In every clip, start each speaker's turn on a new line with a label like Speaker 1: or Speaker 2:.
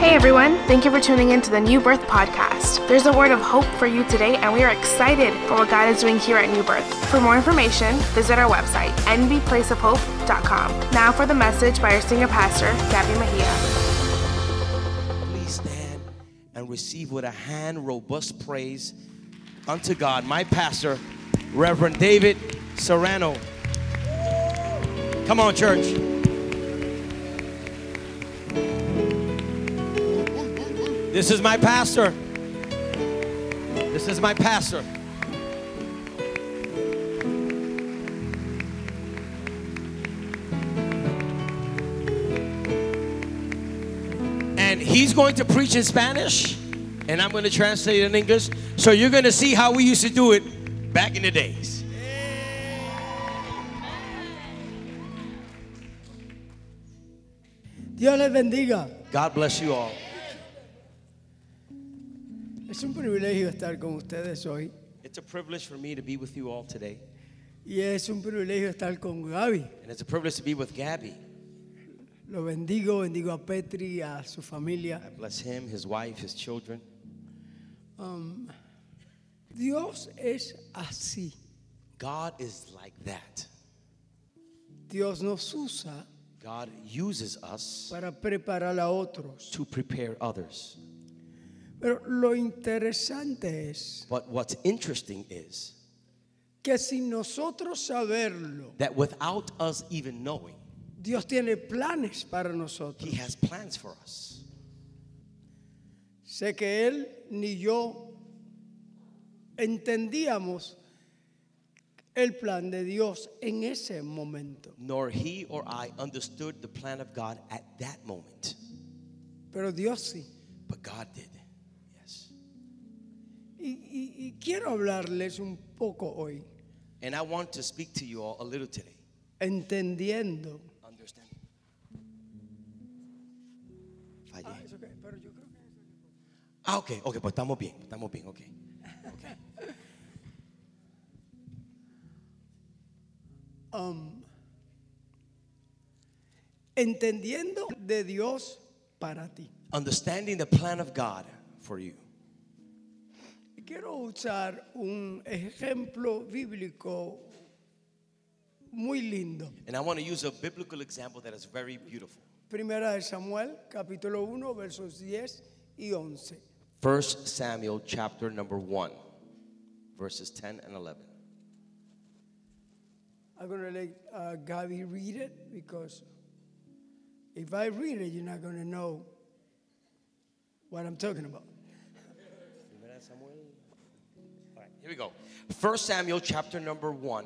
Speaker 1: Hey everyone, thank you for tuning in to the New Birth Podcast. There's a word of hope for you today, and we are excited for what God is doing here at New Birth. For more information, visit our website, nbplaceofhope.com. Now for the message by our senior pastor, Gabby Mejia.
Speaker 2: Please stand and receive with a hand robust praise unto God, my pastor, Reverend David Serrano. Come on, church. This is my pastor. This is my pastor. and he's going to preach in Spanish, and I'm going to translate it in English. So you're going to see how we used to do it back in the days.
Speaker 3: Dios les bendiga.
Speaker 2: God bless you all.
Speaker 3: Es un privilegio estar con ustedes hoy
Speaker 2: It's a privilege for me to be with you all today,
Speaker 3: y es un privilegio estar con Gaby.
Speaker 2: and it's a privilege to be with Gabby.
Speaker 3: Lo bendigo, bendigo a Petri, a su
Speaker 2: I
Speaker 3: familia.
Speaker 2: bless him, his wife, his children.
Speaker 3: Um, Dios es así.
Speaker 2: God is like that.
Speaker 3: Dios nos usa
Speaker 2: God uses us
Speaker 3: para preparar a otros.
Speaker 2: to prepare others.
Speaker 3: Pero lo interesante es
Speaker 2: But what's interesting is
Speaker 3: que sin nosotros saberlo,
Speaker 2: that without us even knowing,
Speaker 3: Dios tiene planes para
Speaker 2: he
Speaker 3: nosotros.
Speaker 2: has plans for us.
Speaker 3: Sé que él ni yo entendíamos el plan de Dios en ese momento.
Speaker 2: nor he or I understood the plan of God at that moment.
Speaker 3: Pero Dios sí.
Speaker 2: But God did. Yes.
Speaker 3: Y, y- y quiero hablarles un poco hoy,
Speaker 2: And I want to speak to you all a little today.
Speaker 3: entendiendo.
Speaker 2: Understand? Fallé. Ah, okay, okay, pues estamos bien, estamos bien, okay.
Speaker 3: um, entendiendo de Dios para ti.
Speaker 2: Understanding the plan of God for you.
Speaker 3: Y Quiero usar un ejemplo bíblico muy lindo.
Speaker 2: And I want to use a biblical example that is very beautiful.
Speaker 3: Primera de Samuel, capítulo 1, versos 10 y 11.
Speaker 2: First Samuel chapter number 1, verses 10 and 11.
Speaker 3: I'm going to let uh, Gaby read it because if I read it, you're not going to know what I'm talking about.
Speaker 2: All right, here we go. First Samuel chapter number 1,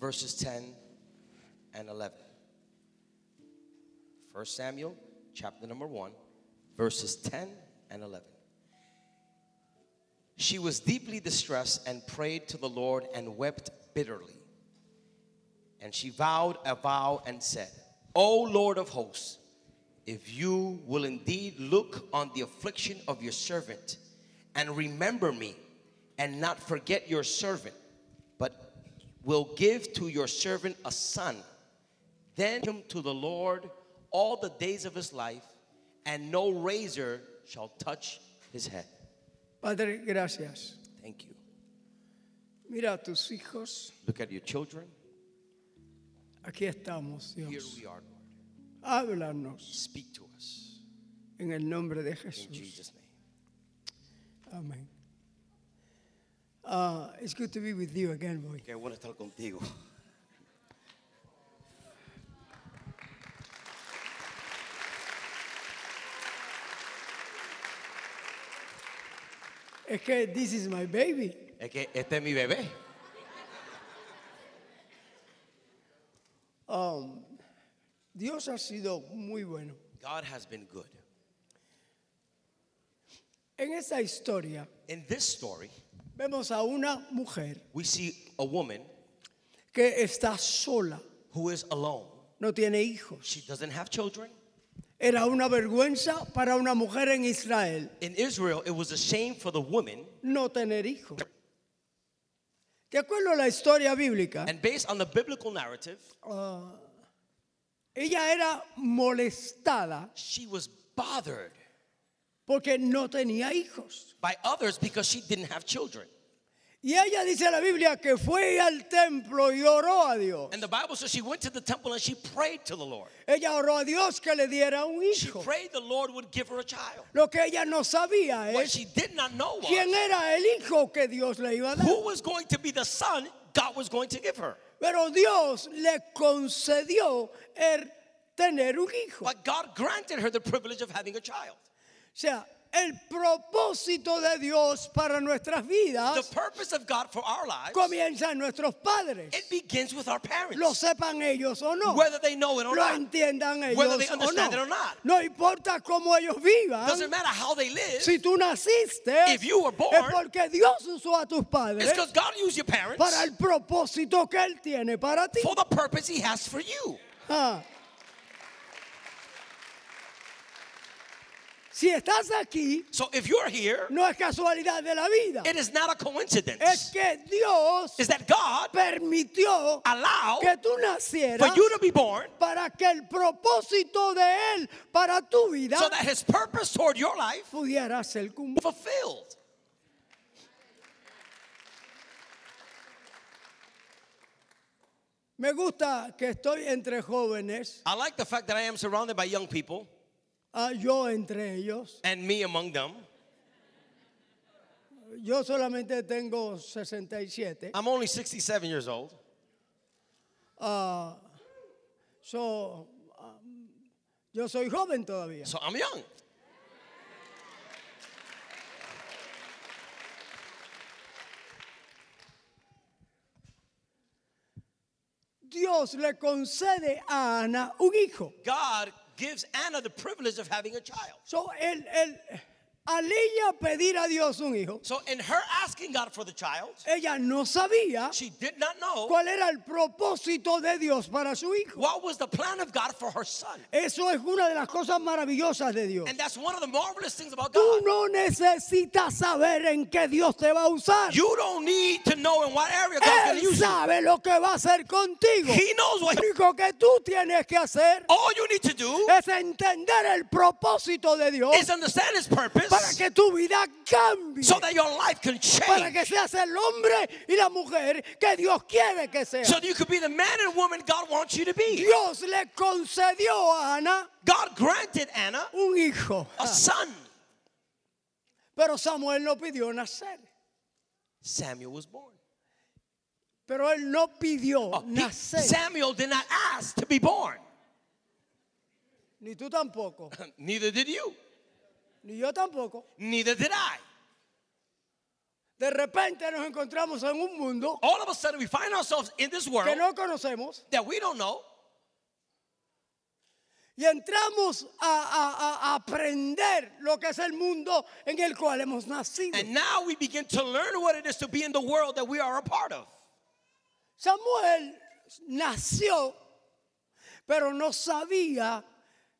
Speaker 2: verses 10 and 11. First Samuel chapter number 1, verses 10 and 11. She was deeply distressed and prayed to the Lord and wept bitterly. And she vowed a vow and said, O Lord of hosts, if you will indeed look on the affliction of your servant and remember me and not forget your servant, but will give to your servant a son, then him to the Lord all the days of his life, and no razor shall touch his head.
Speaker 3: Padre, gracias.
Speaker 2: Thank you.
Speaker 3: Mira a tus hijos.
Speaker 2: Look at your children.
Speaker 3: Aquí estamos,
Speaker 2: Here
Speaker 3: Dios.
Speaker 2: we are, Lord.
Speaker 3: Háblanos
Speaker 2: Speak to us
Speaker 3: en el nombre de
Speaker 2: in
Speaker 3: Jesús.
Speaker 2: Jesus' name.
Speaker 3: Amén. Ah, it's good to be with you again, boy.
Speaker 2: Qué bueno estar contigo.
Speaker 3: Es que this is my baby.
Speaker 2: Es que este es mi bebé.
Speaker 3: Um, Dios ha sido muy bueno.
Speaker 2: God has been good.
Speaker 3: En esta historia
Speaker 2: In this story,
Speaker 3: vemos a una mujer
Speaker 2: we see a woman
Speaker 3: que está sola,
Speaker 2: who is alone.
Speaker 3: no tiene hijos.
Speaker 2: She doesn't have children.
Speaker 3: Era una vergüenza para una mujer en Israel
Speaker 2: In Israel, it was a shame for the woman.
Speaker 3: no tener hijos. De acuerdo a la historia bíblica,
Speaker 2: And based on the biblical narrative,
Speaker 3: ella era molestada
Speaker 2: she was bothered
Speaker 3: porque no tenía hijos.
Speaker 2: by others because she didn't have children.
Speaker 3: Y ella dice la Biblia que fue al templo y oró a Dios.
Speaker 2: And the Bible says she went to the temple and she prayed to the Lord.
Speaker 3: Ella oró a Dios que le diera un
Speaker 2: She
Speaker 3: hijo.
Speaker 2: prayed the Lord would give her a child.
Speaker 3: Lo que ella no sabía
Speaker 2: What
Speaker 3: es
Speaker 2: she did not know
Speaker 3: quién
Speaker 2: was
Speaker 3: era el hijo que Dios le iba a dar.
Speaker 2: who was going to be the son God was going to give her.
Speaker 3: Pero Dios le concedió el tener un hijo. O
Speaker 2: But God granted her the privilege of having a child.
Speaker 3: sea, el propósito de Dios para nuestras
Speaker 2: The
Speaker 3: vidas
Speaker 2: purpose of God for our lives,
Speaker 3: comienza en nuestros padres.
Speaker 2: it begins with our
Speaker 3: Lo
Speaker 2: parents,
Speaker 3: sepan ellos o no.
Speaker 2: whether they know it or
Speaker 3: Lo
Speaker 2: not.
Speaker 3: entiendan ellos
Speaker 2: Whether they
Speaker 3: o
Speaker 2: understand it
Speaker 3: no.
Speaker 2: or not.
Speaker 3: No importa cómo ellos vivan.
Speaker 2: Doesn't matter how they live,
Speaker 3: Si tú naciste,
Speaker 2: If you were born,
Speaker 3: es porque Dios usó a tus
Speaker 2: it's
Speaker 3: padres
Speaker 2: because God used your
Speaker 3: para
Speaker 2: parents
Speaker 3: el propósito que Él tiene para ti.
Speaker 2: for the purpose He has for you.
Speaker 3: Ah. Si estás aquí,
Speaker 2: So if you're here,
Speaker 3: no es casualidad de la vida.
Speaker 2: it is not a
Speaker 3: Es
Speaker 2: coincidence.
Speaker 3: que Dios
Speaker 2: Is that God
Speaker 3: permitió
Speaker 2: allowed
Speaker 3: que tú
Speaker 2: for
Speaker 3: nacieras
Speaker 2: you to be born
Speaker 3: para que el propósito de Él para tu vida
Speaker 2: so that His purpose toward your life
Speaker 3: pudiera ser cumplido.
Speaker 2: fulfilled.
Speaker 3: Me gusta que estoy entre jóvenes,
Speaker 2: I like the fact that I am surrounded by young people
Speaker 3: ah, yo entre ellos.
Speaker 2: and me among them.
Speaker 3: Yo solamente tengo 67.
Speaker 2: I'm only 67 years old.
Speaker 3: So, um, yo soy joven todavía.
Speaker 2: So I'm young.
Speaker 3: Dios le concede a Ana un hijo.
Speaker 2: God gives Anna the privilege of having a child.
Speaker 3: So, el, el- al ella pedir a Dios un hijo,
Speaker 2: So in her asking God for the child,
Speaker 3: ella no sabía
Speaker 2: she did not know
Speaker 3: cuál era el propósito de Dios para su hijo.
Speaker 2: what was the plan of God for her son.
Speaker 3: Eso es una de las cosas maravillosas de Dios.
Speaker 2: And that's one of the marvelous things about
Speaker 3: Tú
Speaker 2: God.
Speaker 3: no necesitas saber en qué Dios te va a usar.
Speaker 2: You don't need to know in what area God's going to
Speaker 3: Él
Speaker 2: use you.
Speaker 3: sabe lo que va a hacer contigo.
Speaker 2: He knows what.
Speaker 3: Lo único que tú tienes que hacer
Speaker 2: All you need to do
Speaker 3: es entender el propósito de Dios
Speaker 2: is understand His purpose.
Speaker 3: para que tu vida cambie.
Speaker 2: so that your life can
Speaker 3: para
Speaker 2: change.
Speaker 3: que seas el hombre y la mujer que Dios quiere que seas.
Speaker 2: So that you could be the man and woman God wants you to be.
Speaker 3: Dios le concedió a Ana
Speaker 2: God granted Anna
Speaker 3: un hijo,
Speaker 2: a son.
Speaker 3: pero Samuel no pidió nacer.
Speaker 2: Samuel was born.
Speaker 3: Pero él no pidió
Speaker 2: Oh, he-
Speaker 3: nacer,
Speaker 2: Samuel did not ask to be born.
Speaker 3: ni tú tampoco,
Speaker 2: Neither did you.
Speaker 3: ni yo tampoco.
Speaker 2: Neither did I.
Speaker 3: De repente nos encontramos en un mundo
Speaker 2: All of a sudden, we find ourselves in this world
Speaker 3: que no conocemos
Speaker 2: that we don't know,
Speaker 3: y entramos a, a- a- a aprender lo que es el mundo en el cual hemos nacido.
Speaker 2: and now we begin to learn what it is to be in the world that we are a part of.
Speaker 3: Samuel nació, pero no sabía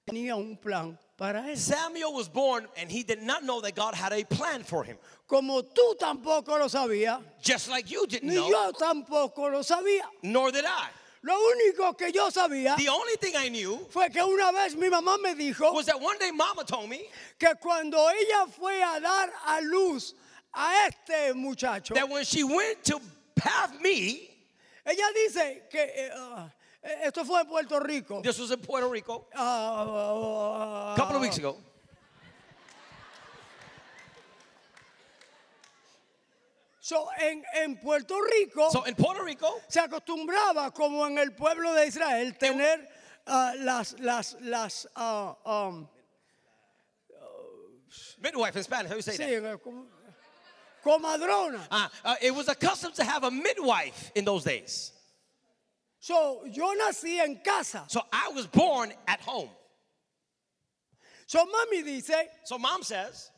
Speaker 3: que tenía un plan para él.
Speaker 2: Samuel was born, and he did not know that God had a plan for him,
Speaker 3: Como tú tampoco lo sabías,
Speaker 2: just like you didn't
Speaker 3: ni
Speaker 2: know,
Speaker 3: yo tampoco lo sabía.
Speaker 2: nor did I.
Speaker 3: Lo único que yo sabía
Speaker 2: The only thing I knew
Speaker 3: fue que una vez mi mamá me dijo
Speaker 2: was that one day Mama told me
Speaker 3: que cuando ella fue a dar a luz a este muchacho,
Speaker 2: that when she went to have me,
Speaker 3: ella dice que eh, ah, esto fue en Puerto Rico.
Speaker 2: this was in Puerto Rico
Speaker 3: Ah,
Speaker 2: a couple of weeks ago.
Speaker 3: so, en, en Puerto Rico.
Speaker 2: So in Puerto Rico,
Speaker 3: se acostumbraba, como en el pueblo de Israel, tener ah, las, las, las, ah, um,
Speaker 2: midwife in Spanish, how you say
Speaker 3: sí,
Speaker 2: that?
Speaker 3: eh, como- comadrona.
Speaker 2: Uh, uh, it was accustomed to have a midwife in those days.
Speaker 3: So, yo nací en casa.
Speaker 2: So I was born at home.
Speaker 3: So, mami dice
Speaker 2: So mom says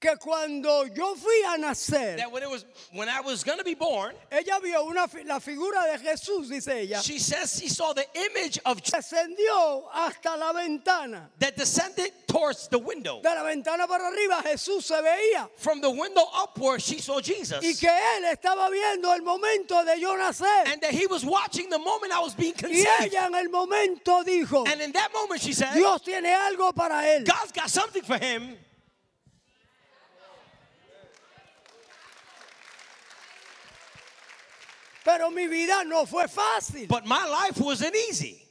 Speaker 3: que cuando yo fui a nacer,
Speaker 2: that when it was when I was gonna be born,
Speaker 3: ella vio una, fi- la figura de Jesús, dice ella,
Speaker 2: she says she saw the image of Jesus
Speaker 3: descendió hasta la ventana.
Speaker 2: that descended towards the window.
Speaker 3: De la ventana para arriba Jesús se veía
Speaker 2: From the window upward, she saw
Speaker 3: y
Speaker 2: Jesus,
Speaker 3: que él estaba viendo el momento de yo nacer.
Speaker 2: and that he was watching the moment I was being
Speaker 3: Y
Speaker 2: conceived.
Speaker 3: ella en el momento dijo,
Speaker 2: And in that moment, she said,
Speaker 3: Dios tiene algo para él.
Speaker 2: God's got something for him.
Speaker 3: Pero mi vida no fue fácil.
Speaker 2: But my life wasn't easy.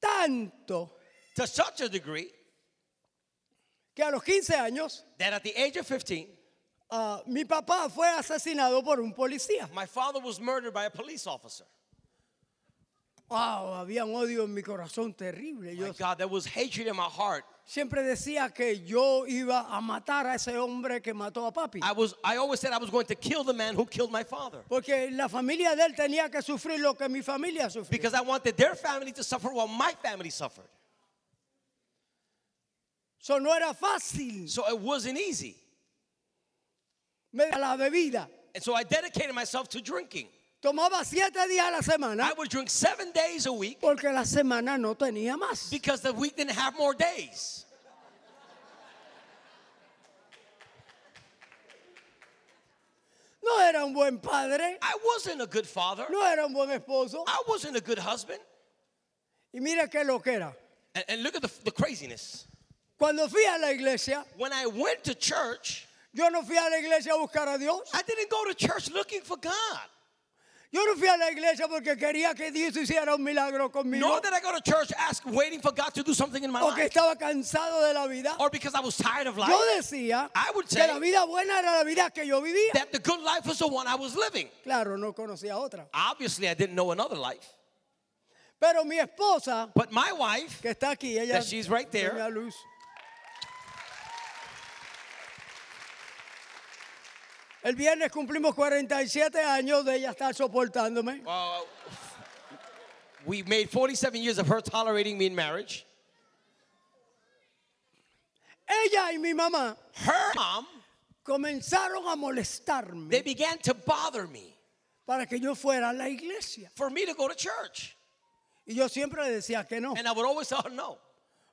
Speaker 3: Tanto
Speaker 2: To such a degree
Speaker 3: que a los 15 años
Speaker 2: that at the age of 15,
Speaker 3: ah, mi papá fue asesinado por un policía.
Speaker 2: my father was murdered by a police officer.
Speaker 3: Wow, había un odio en mi corazón terrible.
Speaker 2: My
Speaker 3: Yo
Speaker 2: God, there was hatred in my heart.
Speaker 3: siempre decía que yo iba a matar a ese hombre que mató a papi.
Speaker 2: I was I always said I was going to kill the man who killed my father.
Speaker 3: Porque la familia de él tenía que sufrir lo que mi familia sufrió.
Speaker 2: Because I wanted their family to suffer while my family suffered.
Speaker 3: Eso no era fácil.
Speaker 2: So it wasn't easy.
Speaker 3: Me a la bebida.
Speaker 2: And so I dedicated myself to drinking.
Speaker 3: Tomaba siete días a la
Speaker 2: I
Speaker 3: semana
Speaker 2: would drink seven days a week
Speaker 3: porque la semana no tenía más.
Speaker 2: because the week didn't have more days.
Speaker 3: No era un buen padre,
Speaker 2: I wasn't a good father.
Speaker 3: no era un buen esposo.
Speaker 2: I wasn't a good husband.
Speaker 3: Y mira qué lo que era.
Speaker 2: And, and look at the, the craziness.
Speaker 3: Cuando fui a la iglesia,
Speaker 2: When I went to church,
Speaker 3: yo no fui a la iglesia a buscar a Dios.
Speaker 2: I didn't go to church looking for God.
Speaker 3: Yo no fui a la iglesia porque quería que Dios hiciera un milagro conmigo.
Speaker 2: Nor did I go to church ask, waiting for God to do something in my
Speaker 3: Porque
Speaker 2: life.
Speaker 3: estaba cansado de la vida.
Speaker 2: Or because I was tired of life.
Speaker 3: Yo decía
Speaker 2: I would
Speaker 3: que la
Speaker 2: say-
Speaker 3: vida buena era la vida que yo vivía.
Speaker 2: That the good life was the one I was living.
Speaker 3: Claro, no conocía otra.
Speaker 2: Obviously, I didn't know another life.
Speaker 3: Pero mi esposa,
Speaker 2: But my wife,
Speaker 3: que está aquí, ella
Speaker 2: That she's right there.
Speaker 3: me da luz. El viernes cumplimos 47 años de ella estar soportándome.
Speaker 2: uh, we made 47 years of her tolerating me in marriage.
Speaker 3: Ella y mi mamá
Speaker 2: Her mom,
Speaker 3: comenzaron a
Speaker 2: they
Speaker 3: molestarme
Speaker 2: began to bother me
Speaker 3: para que yo fuera a la iglesia.
Speaker 2: for me to go to church.
Speaker 3: Y yo siempre le decía que no,
Speaker 2: And I would always tell her no.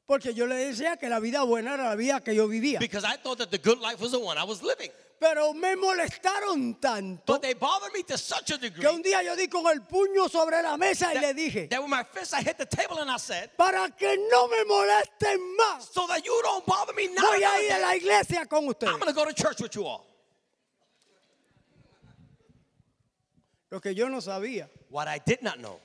Speaker 3: porque yo le decía que la vida buena era la vida que yo vivía.
Speaker 2: Because I thought that the good life was the one I was living.
Speaker 3: Pero me molestaron tanto
Speaker 2: But they bothered me to such a degree
Speaker 3: que un día yo di con el puño sobre la mesa y le dije,
Speaker 2: that with my fist I hit the table and I said,
Speaker 3: para que no me molesten más,
Speaker 2: so that you don't bother me now,
Speaker 3: voy a ir a
Speaker 2: another
Speaker 3: la
Speaker 2: day,
Speaker 3: iglesia con ustedes.
Speaker 2: I'm going to go to church with you all.
Speaker 3: Lo que yo no sabía
Speaker 2: What I did not know,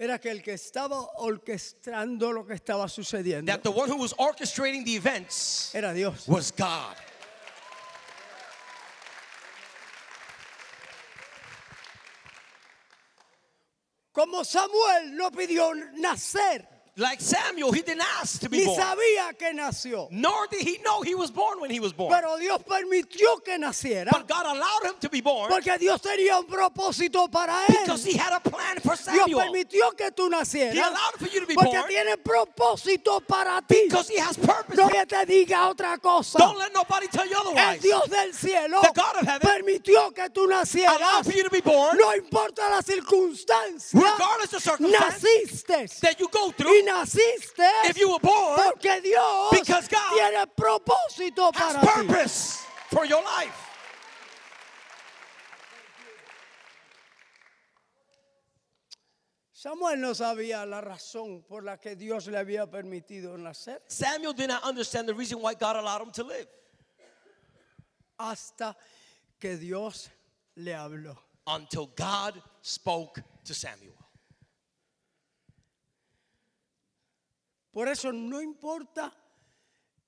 Speaker 3: era que el que estaba orquestando lo que estaba sucediendo
Speaker 2: that the one who was orchestrating the events
Speaker 3: era Dios.
Speaker 2: was God.
Speaker 3: Como Samuel no pidió nacer,
Speaker 2: Like Samuel, he didn't ask to be
Speaker 3: ni
Speaker 2: born.
Speaker 3: sabía que nació.
Speaker 2: Nor did he know he was born when he was born.
Speaker 3: Pero Dios permitió que naciera
Speaker 2: But God allowed him to be born
Speaker 3: porque Dios tenía un propósito para él.
Speaker 2: because he had a plan for
Speaker 3: Dios
Speaker 2: Samuel.
Speaker 3: permitió que tú
Speaker 2: He
Speaker 3: nacieras
Speaker 2: allowed for you to be
Speaker 3: porque
Speaker 2: born
Speaker 3: tiene propósito para ti.
Speaker 2: because he has purpose.
Speaker 3: No que te diga otra cosa.
Speaker 2: Don't let nobody tell you
Speaker 3: El
Speaker 2: otherwise.
Speaker 3: Dios del cielo
Speaker 2: The God of heaven
Speaker 3: permitió que tú
Speaker 2: Allowed
Speaker 3: nacieras.
Speaker 2: for you to be born
Speaker 3: No importa la circunstancia.
Speaker 2: Regardless the circumstance
Speaker 3: Naciste.
Speaker 2: that you go
Speaker 3: Y
Speaker 2: through
Speaker 3: naciste
Speaker 2: if you were born
Speaker 3: porque Dios
Speaker 2: Because God
Speaker 3: tiene propósito
Speaker 2: has
Speaker 3: para ti.
Speaker 2: purpose for your life.
Speaker 3: Samuel no sabía la razón por la que Dios le había permitido nacer
Speaker 2: Samuel did not understand the reason why God allowed him to live
Speaker 3: hasta que Dios le habló.
Speaker 2: until God spoke to Samuel.
Speaker 3: Por eso no importa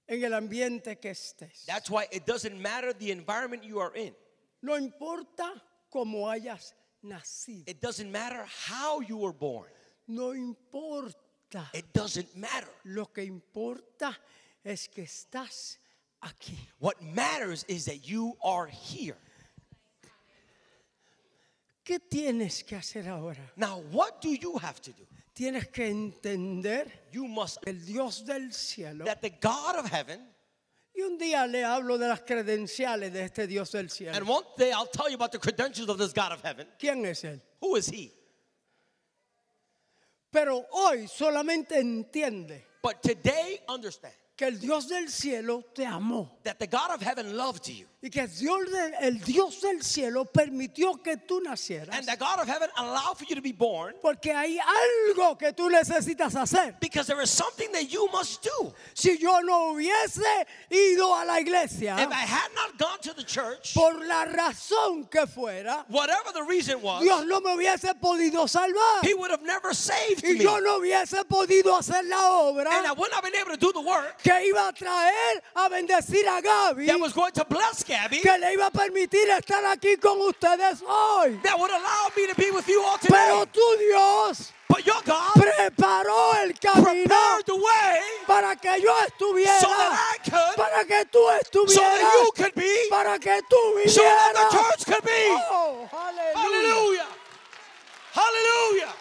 Speaker 3: en el ambiente que estés.
Speaker 2: That's why it doesn't matter the environment you are in.
Speaker 3: No importa cómo hayas nacido.
Speaker 2: It doesn't matter how you were born.
Speaker 3: No importa.
Speaker 2: It doesn't matter.
Speaker 3: Lo que importa es que estás aquí.
Speaker 2: What matters is that you are here.
Speaker 3: ¿Qué tienes que hacer ahora?
Speaker 2: Now, what do you have to do?
Speaker 3: Tienes que entender
Speaker 2: You must
Speaker 3: que el Dios del cielo.
Speaker 2: that the God of heaven,
Speaker 3: Y un día le hablo de las credenciales de este Dios del
Speaker 2: and
Speaker 3: cielo.
Speaker 2: one day I'll tell you about the credentials of this God of heaven.
Speaker 3: ¿Quién es él?
Speaker 2: Who is he?
Speaker 3: Pero hoy solamente entiende
Speaker 2: But today, understand
Speaker 3: que el Dios del cielo te amó
Speaker 2: that the God of heaven loved you
Speaker 3: Y que Dios del- el Dios del cielo permitió que tú nacieras.
Speaker 2: And the God of heaven allowed for you to be born
Speaker 3: Porque hay algo que tú necesitas hacer.
Speaker 2: because there is something that you must do.
Speaker 3: Si yo no hubiese ido a la
Speaker 2: If I
Speaker 3: iglesia,
Speaker 2: had not gone to the church,
Speaker 3: por la razón que fuera,
Speaker 2: whatever the reason
Speaker 3: Dios
Speaker 2: was,
Speaker 3: no me hubiese podido salvar.
Speaker 2: He would have never saved
Speaker 3: Y
Speaker 2: me.
Speaker 3: yo no hubiese podido hacer la
Speaker 2: And I
Speaker 3: obra
Speaker 2: would not have been able to do the work
Speaker 3: que iba a traer a bendecir a Gaby,
Speaker 2: that was going to bless Gabby,
Speaker 3: que le iba a permitir estar aquí con ustedes hoy.
Speaker 2: that would allow me to be with you all today.
Speaker 3: Pero tu Dios
Speaker 2: But your God
Speaker 3: preparó el camino
Speaker 2: prepared the way
Speaker 3: para que yo estuviera,
Speaker 2: So that I could.
Speaker 3: para que tú
Speaker 2: so
Speaker 3: estuvieras,
Speaker 2: that you could be,
Speaker 3: para que tú vivieras.
Speaker 2: so that the church could be.
Speaker 3: Oh, aleluya.
Speaker 2: Hallelujah. Hallelujah.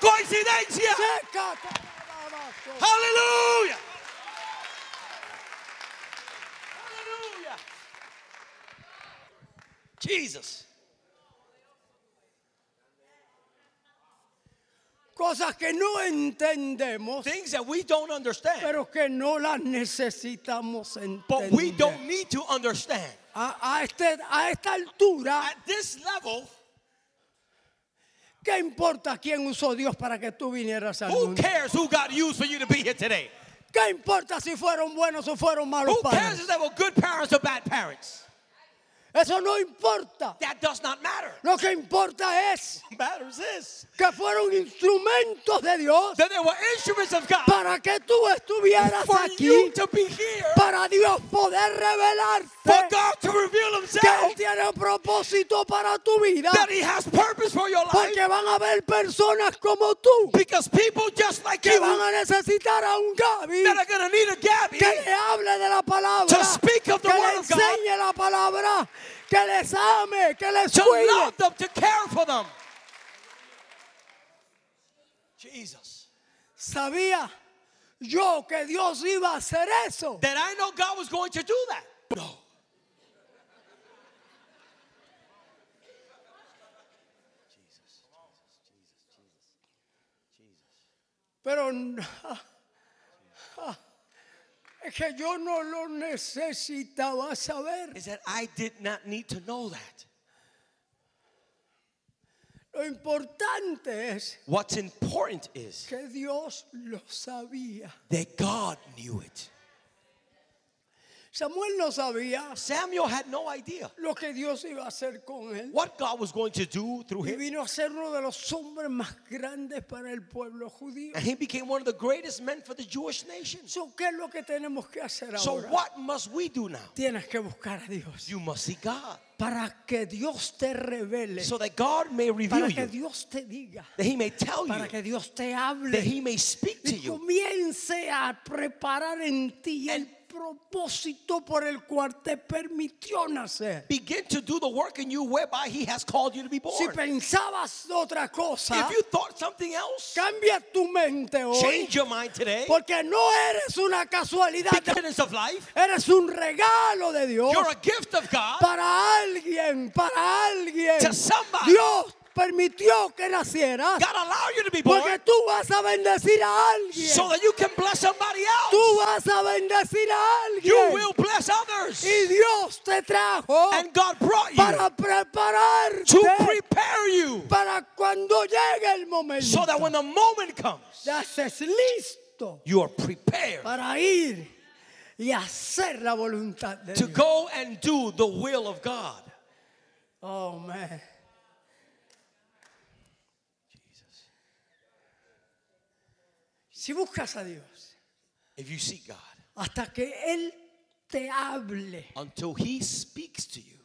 Speaker 2: Coincidencia.
Speaker 3: Sécate, alabazo.
Speaker 2: Hallelujah. Hallelujah. Jesus.
Speaker 3: Cosas que no entendemos,
Speaker 2: Things that we don't understand,
Speaker 3: pero que no las necesitamos entender.
Speaker 2: but we don't need to understand.
Speaker 3: a, a este- a esta altura,
Speaker 2: At this level,
Speaker 3: ¿qué importa quién usó Dios para que tú vinieras al
Speaker 2: who
Speaker 3: mundo?
Speaker 2: cares who God used for you to be here today?
Speaker 3: ¿Qué importa si fueron buenos o fueron malos
Speaker 2: Who cares
Speaker 3: padres?
Speaker 2: if they were good parents or bad parents?
Speaker 3: Eso no importa.
Speaker 2: That does not matter.
Speaker 3: Lo que importa es
Speaker 2: What matters is
Speaker 3: que fueron instrumentos de Dios
Speaker 2: that there were instruments of God
Speaker 3: para que tú estuvieras
Speaker 2: for you
Speaker 3: aquí,
Speaker 2: to be here,
Speaker 3: para Dios poder
Speaker 2: for
Speaker 3: revelarte
Speaker 2: God to reveal
Speaker 3: que
Speaker 2: Himself,
Speaker 3: Él tiene un propósito para tu vida,
Speaker 2: that He has purpose for your life.
Speaker 3: porque van a haber personas como tú
Speaker 2: Because people just like
Speaker 3: que
Speaker 2: you
Speaker 3: van a necesitar a un Gaby
Speaker 2: that are going to need a Gabby
Speaker 3: que le hable de la palabra,
Speaker 2: To speak of the
Speaker 3: que le
Speaker 2: word of God.
Speaker 3: enseñe la palabra, que les ame, que les
Speaker 2: to
Speaker 3: cuide.
Speaker 2: love them, to care for them. Jesus.
Speaker 3: Sabía yo que Dios iba a hacer eso.
Speaker 2: That I know God was going to do that. No.
Speaker 3: Pero n- ah, es que yo no lo necesitaba saber.
Speaker 2: Is that I did not need to know that.
Speaker 3: Lo importante es
Speaker 2: What's important is
Speaker 3: que Dios lo sabía.
Speaker 2: that God knew it.
Speaker 3: Samuel no sabía
Speaker 2: Samuel had no idea
Speaker 3: lo que Dios iba a hacer con él.
Speaker 2: what God was going to do through
Speaker 3: Y
Speaker 2: him.
Speaker 3: vino a ser uno de los hombres más grandes para el pueblo judío.
Speaker 2: And he became one of the greatest men for the Jewish nation.
Speaker 3: So, ¿Qué es lo que tenemos que hacer
Speaker 2: So
Speaker 3: ahora?
Speaker 2: what must we do now?
Speaker 3: Tienes que buscar a Dios
Speaker 2: You must see God.
Speaker 3: para que Dios te revele,
Speaker 2: So that God may
Speaker 3: para
Speaker 2: reveal
Speaker 3: que
Speaker 2: you.
Speaker 3: Dios te diga,
Speaker 2: That he may tell you.
Speaker 3: para que Dios te
Speaker 2: That
Speaker 3: hable
Speaker 2: he may speak to
Speaker 3: y
Speaker 2: you.
Speaker 3: comience a preparar en ti el propósito por el cual te permitió nacer.
Speaker 2: Begin to do the work in you whereby he has called you to be
Speaker 3: Si
Speaker 2: born.
Speaker 3: pensabas otra cosa,
Speaker 2: If you thought something else,
Speaker 3: cambia tu mente hoy,
Speaker 2: change your mind today.
Speaker 3: porque no eres una casualidad,
Speaker 2: Beginnings of life.
Speaker 3: eres un regalo de Dios.
Speaker 2: You're a gift of God.
Speaker 3: para alguien, para alguien.
Speaker 2: To somebody.
Speaker 3: Dios permitió que nacieras
Speaker 2: God allow you to be
Speaker 3: porque
Speaker 2: born
Speaker 3: tú vas a bendecir a alguien.
Speaker 2: so that you can bless somebody
Speaker 3: tú
Speaker 2: else.
Speaker 3: vas a bendecir a
Speaker 2: You
Speaker 3: alguien.
Speaker 2: will bless others.
Speaker 3: Y Dios te trajo
Speaker 2: And God brought you
Speaker 3: para prepararte
Speaker 2: to prepare you
Speaker 3: para cuando llegue el momento.
Speaker 2: so that when the moment comes,
Speaker 3: ya estés listo
Speaker 2: you are prepared
Speaker 3: para ir y hacer la voluntad de
Speaker 2: to
Speaker 3: Dios.
Speaker 2: go and do the will of God.
Speaker 3: Oh, man. Si buscas a Dios
Speaker 2: If you seek God
Speaker 3: hasta que Él te hable,
Speaker 2: until he speaks to you,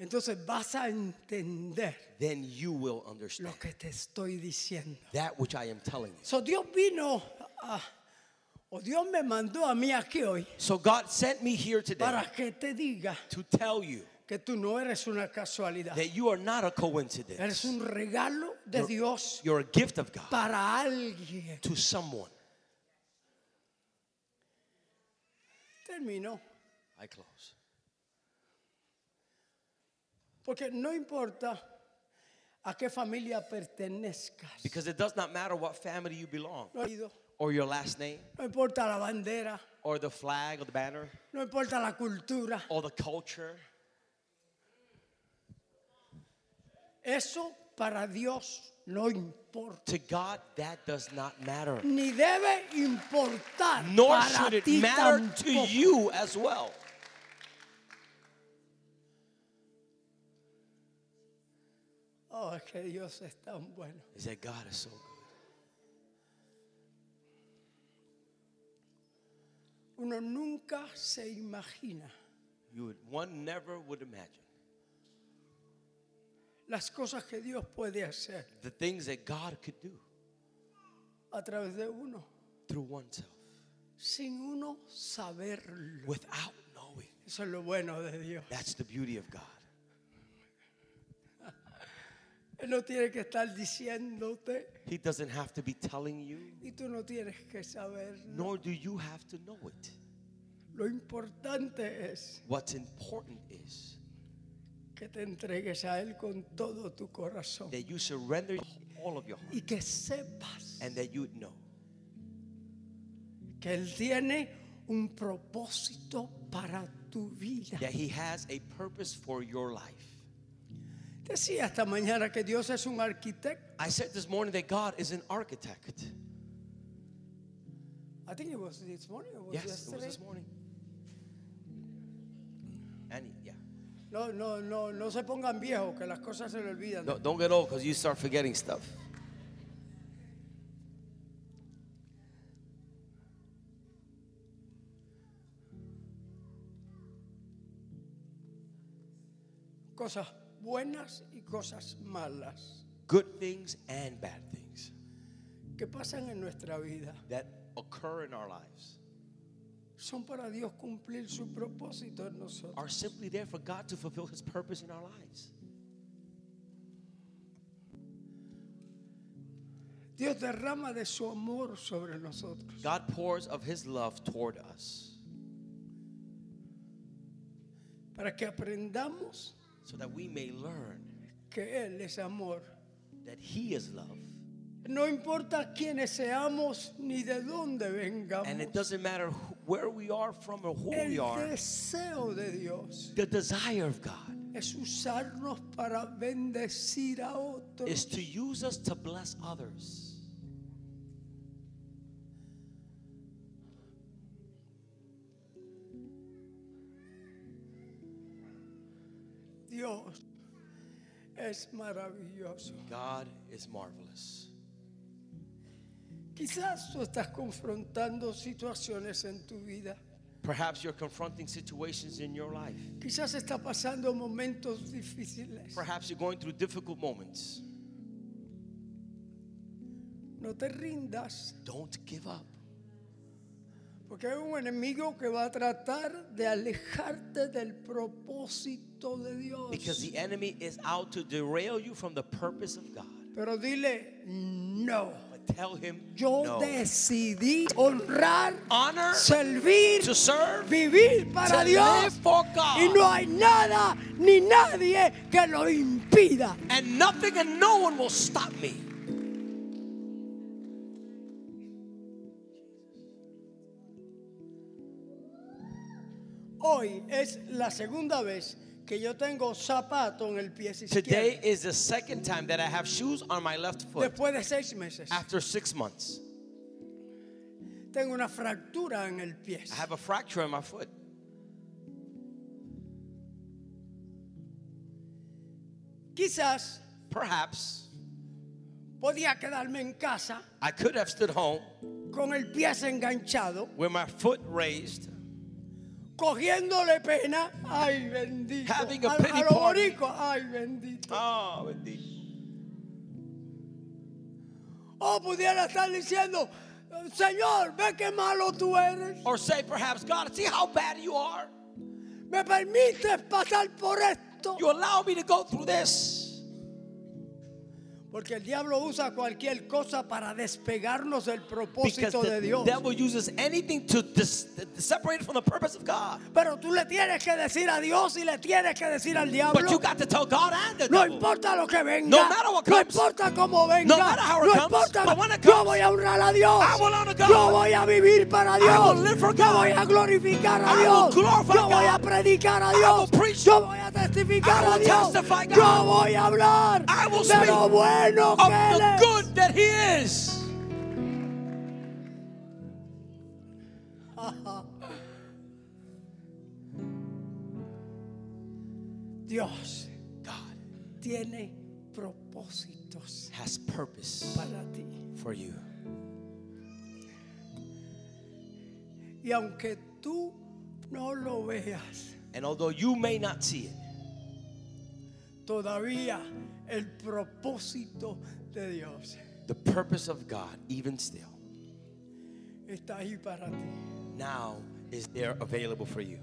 Speaker 3: entonces vas a entender
Speaker 2: then you will understand
Speaker 3: lo que te estoy diciendo.
Speaker 2: that which I am telling you.
Speaker 3: So, Dios vino a- o Dios me mandó a mí aquí hoy
Speaker 2: So God sent me here today
Speaker 3: para que te diga
Speaker 2: to tell you
Speaker 3: que tú no eres una casualidad.
Speaker 2: that you are not a
Speaker 3: Eres
Speaker 2: coincidence.
Speaker 3: un regalo de Dios
Speaker 2: You're a gift of God
Speaker 3: para alguien.
Speaker 2: to someone.
Speaker 3: Termino.
Speaker 2: I close.
Speaker 3: Porque no importa a qué familia pertenezcas.
Speaker 2: Because it does not matter what family you belong
Speaker 3: No he ido
Speaker 2: or your last name
Speaker 3: no importa la bandera,
Speaker 2: or the flag or the banner
Speaker 3: no importa la cultura.
Speaker 2: or the culture.
Speaker 3: Eso para Dios no importa.
Speaker 2: To God, that does not matter.
Speaker 3: Ni debe importar
Speaker 2: Nor
Speaker 3: para
Speaker 2: should it
Speaker 3: ti
Speaker 2: matter to
Speaker 3: tampoco.
Speaker 2: you as well.
Speaker 3: Oh, es que Dios es tan bueno.
Speaker 2: He said, God is so good.
Speaker 3: Uno nunca se imagina
Speaker 2: You would, one never would imagine
Speaker 3: las cosas que Dios puede hacer
Speaker 2: the things that God could do
Speaker 3: a través de uno
Speaker 2: through oneself
Speaker 3: sin uno saberlo.
Speaker 2: without knowing.
Speaker 3: Eso es lo bueno de Dios.
Speaker 2: That's the beauty of God.
Speaker 3: Él no tiene que estar diciéndote
Speaker 2: He doesn't have to be telling you,
Speaker 3: y tú no tienes que saberlo.
Speaker 2: nor do you have to know it.
Speaker 3: Lo importante es
Speaker 2: What's important is
Speaker 3: que te entregues a Él con todo tu corazón
Speaker 2: that you surrender all of your heart
Speaker 3: y que sepas
Speaker 2: and that you know
Speaker 3: que Él tiene un propósito para tu vida.
Speaker 2: that He has a purpose for your life.
Speaker 3: Decía esta mañana que Dios es un arquitecto.
Speaker 2: I said this morning that God is an architect.
Speaker 3: I think it was this morning or was
Speaker 2: Yes, it was
Speaker 3: yesterday.
Speaker 2: this morning. And yeah.
Speaker 3: No, no, no, no se pongan viejos, que las cosas se le olvidan.
Speaker 2: No, don't get old because you start forgetting stuff.
Speaker 3: Cosas buenas y cosas malas
Speaker 2: Good things and bad things
Speaker 3: que pasan en nuestra vida
Speaker 2: that occur in our lives
Speaker 3: son para Dios cumplir su propósito en nosotros.
Speaker 2: are simply there for God to fulfill His purpose in our lives.
Speaker 3: Dios derrama de su amor sobre nosotros.
Speaker 2: God pours of His love toward us
Speaker 3: para que aprendamos
Speaker 2: so that we may learn
Speaker 3: que Él es amor.
Speaker 2: that He is love.
Speaker 3: No importa quiénes seamos ni de dónde vengamos.
Speaker 2: And it doesn't matter who, where we are from or who
Speaker 3: El
Speaker 2: we are,
Speaker 3: deseo de Dios
Speaker 2: the desire of God
Speaker 3: es usarnos para bendecir a otros.
Speaker 2: is to use us to bless others.
Speaker 3: Dios es maravilloso.
Speaker 2: God is marvelous.
Speaker 3: Quizás tú estás confrontando situaciones en tu vida.
Speaker 2: Perhaps you're confronting situations in your life.
Speaker 3: Quizás está pasando momentos difíciles.
Speaker 2: Perhaps you're going through difficult moments.
Speaker 3: No te rindas
Speaker 2: Don't give up
Speaker 3: Porque hay un enemigo que va a tratar de alejarte del propósito de
Speaker 2: because
Speaker 3: Dios.
Speaker 2: the enemy is out to derail you from the purpose of God.
Speaker 3: Pero dile, no.
Speaker 2: But tell him,
Speaker 3: Yo
Speaker 2: no.
Speaker 3: decidí honrar,
Speaker 2: honor
Speaker 3: servir,
Speaker 2: to serve,
Speaker 3: vivir
Speaker 2: to
Speaker 3: para
Speaker 2: live
Speaker 3: Dios.
Speaker 2: for God.
Speaker 3: Y no hay nada ni nadie que lo impida.
Speaker 2: and nothing and no one will stop me.
Speaker 3: Hoy es la segunda vez que yo tengo zapato en el pie
Speaker 2: Today
Speaker 3: izquierdo.
Speaker 2: is the second time that I have shoes on my left foot
Speaker 3: Después de seis meses,
Speaker 2: after six months.
Speaker 3: tengo una fractura en el pie.
Speaker 2: I have a fracture in my foot.
Speaker 3: Quizás
Speaker 2: Perhaps
Speaker 3: podía quedarme en casa
Speaker 2: I could have stood home
Speaker 3: con el pie enganchado,
Speaker 2: with my foot raised,
Speaker 3: cogiéndole pena, ay bendito,
Speaker 2: Having a
Speaker 3: a,
Speaker 2: pity
Speaker 3: a lo
Speaker 2: party.
Speaker 3: boricua, ay Oh, bendito.
Speaker 2: Ah, bendito.
Speaker 3: O pudiera estar diciendo, Señor, ve qué malo tú eres,
Speaker 2: Or say, perhaps, God, see how bad you are.
Speaker 3: me permites pasar por esto.
Speaker 2: You allow me to go through this.
Speaker 3: Porque el diablo usa cualquier cosa para despegarnos del
Speaker 2: Because
Speaker 3: propósito de
Speaker 2: the
Speaker 3: Dios.
Speaker 2: devil uses anything to dis- separate from the purpose of God.
Speaker 3: Pero tú le tienes que decir a Dios y le tienes que decir al
Speaker 2: But you
Speaker 3: diablo.
Speaker 2: got to tell God and the
Speaker 3: No
Speaker 2: devil.
Speaker 3: importa lo que venga.
Speaker 2: No matter what
Speaker 3: no
Speaker 2: comes.
Speaker 3: importa cómo venga.
Speaker 2: No matter how it
Speaker 3: no
Speaker 2: comes.
Speaker 3: importa.
Speaker 2: But when it
Speaker 3: yo
Speaker 2: comes,
Speaker 3: voy a honrar a Dios.
Speaker 2: I will honor God.
Speaker 3: Yo voy a vivir para Dios.
Speaker 2: will live for
Speaker 3: Yo
Speaker 2: God.
Speaker 3: voy a glorificar a
Speaker 2: I will
Speaker 3: Dios.
Speaker 2: glorify
Speaker 3: yo voy
Speaker 2: God.
Speaker 3: a predicar a
Speaker 2: I
Speaker 3: Dios.
Speaker 2: will preach.
Speaker 3: Yo voy a testificar
Speaker 2: I
Speaker 3: a
Speaker 2: will
Speaker 3: Dios.
Speaker 2: testify God.
Speaker 3: Yo voy a hablar
Speaker 2: I will
Speaker 3: de
Speaker 2: speak
Speaker 3: lo bueno
Speaker 2: of
Speaker 3: que Él
Speaker 2: the
Speaker 3: es.
Speaker 2: good that he is.
Speaker 3: Dios
Speaker 2: God
Speaker 3: tiene propósitos
Speaker 2: has purpose
Speaker 3: para ti.
Speaker 2: for you.
Speaker 3: Y aunque tú no lo veas,
Speaker 2: And although you may not see it,
Speaker 3: todavía el propósito de Dios
Speaker 2: the purpose of God, even still,
Speaker 3: está ahí para ti.
Speaker 2: now is there available for you.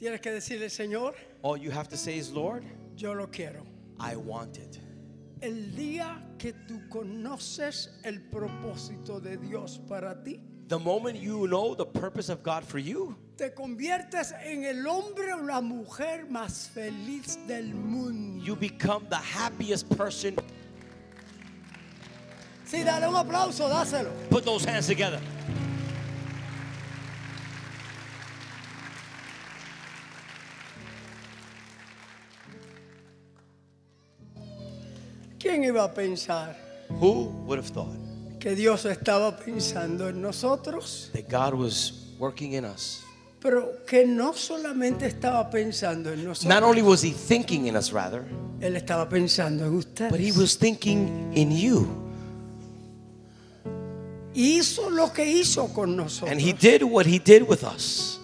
Speaker 3: Tienes que decirle, Señor,
Speaker 2: All you have to say is, Lord,
Speaker 3: yo lo quiero.
Speaker 2: I want it.
Speaker 3: El día que tú conoces el propósito de Dios para ti,
Speaker 2: The moment you know the purpose of God for you,
Speaker 3: te conviertes en el hombre o la mujer más feliz del mundo.
Speaker 2: you become the happiest person.
Speaker 3: Sí, dale un aplauso, dáselo.
Speaker 2: Put those hands together.
Speaker 3: ¿Quién iba a pensar
Speaker 2: Who would have thought
Speaker 3: que Dios estaba pensando en nosotros?
Speaker 2: that God was working in us?
Speaker 3: Pero que no solamente estaba pensando en
Speaker 2: Not
Speaker 3: nosotros,
Speaker 2: only was he thinking in us, rather,
Speaker 3: él estaba pensando en usted.
Speaker 2: but he was thinking in you.
Speaker 3: Hizo lo que hizo con nosotros
Speaker 2: And he did what he did with us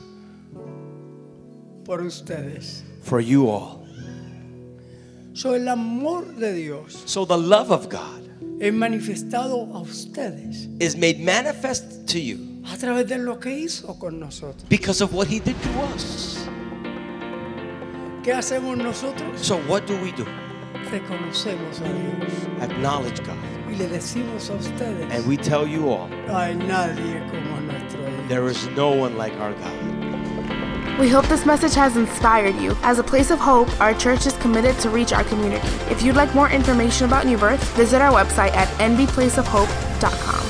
Speaker 3: por ustedes.
Speaker 2: for you all.
Speaker 3: So, el amor de Dios
Speaker 2: So the love of God
Speaker 3: es manifestado a ustedes
Speaker 2: is made manifest to you
Speaker 3: a través de lo que hizo con nosotros.
Speaker 2: because of what he did to us.
Speaker 3: ¿Qué hacemos nosotros?
Speaker 2: So what do we do?
Speaker 3: Reconocemos a Dios
Speaker 2: Acknowledge God.
Speaker 3: y le decimos a ustedes,
Speaker 2: And we tell you all,
Speaker 3: no hay nadie como nuestro Dios.
Speaker 2: there is no one like our God.
Speaker 1: We hope this message has inspired you. As a place of hope, our church is committed to reach our community. If you'd like more information about New Birth, visit our website at nbplaceofhope.com.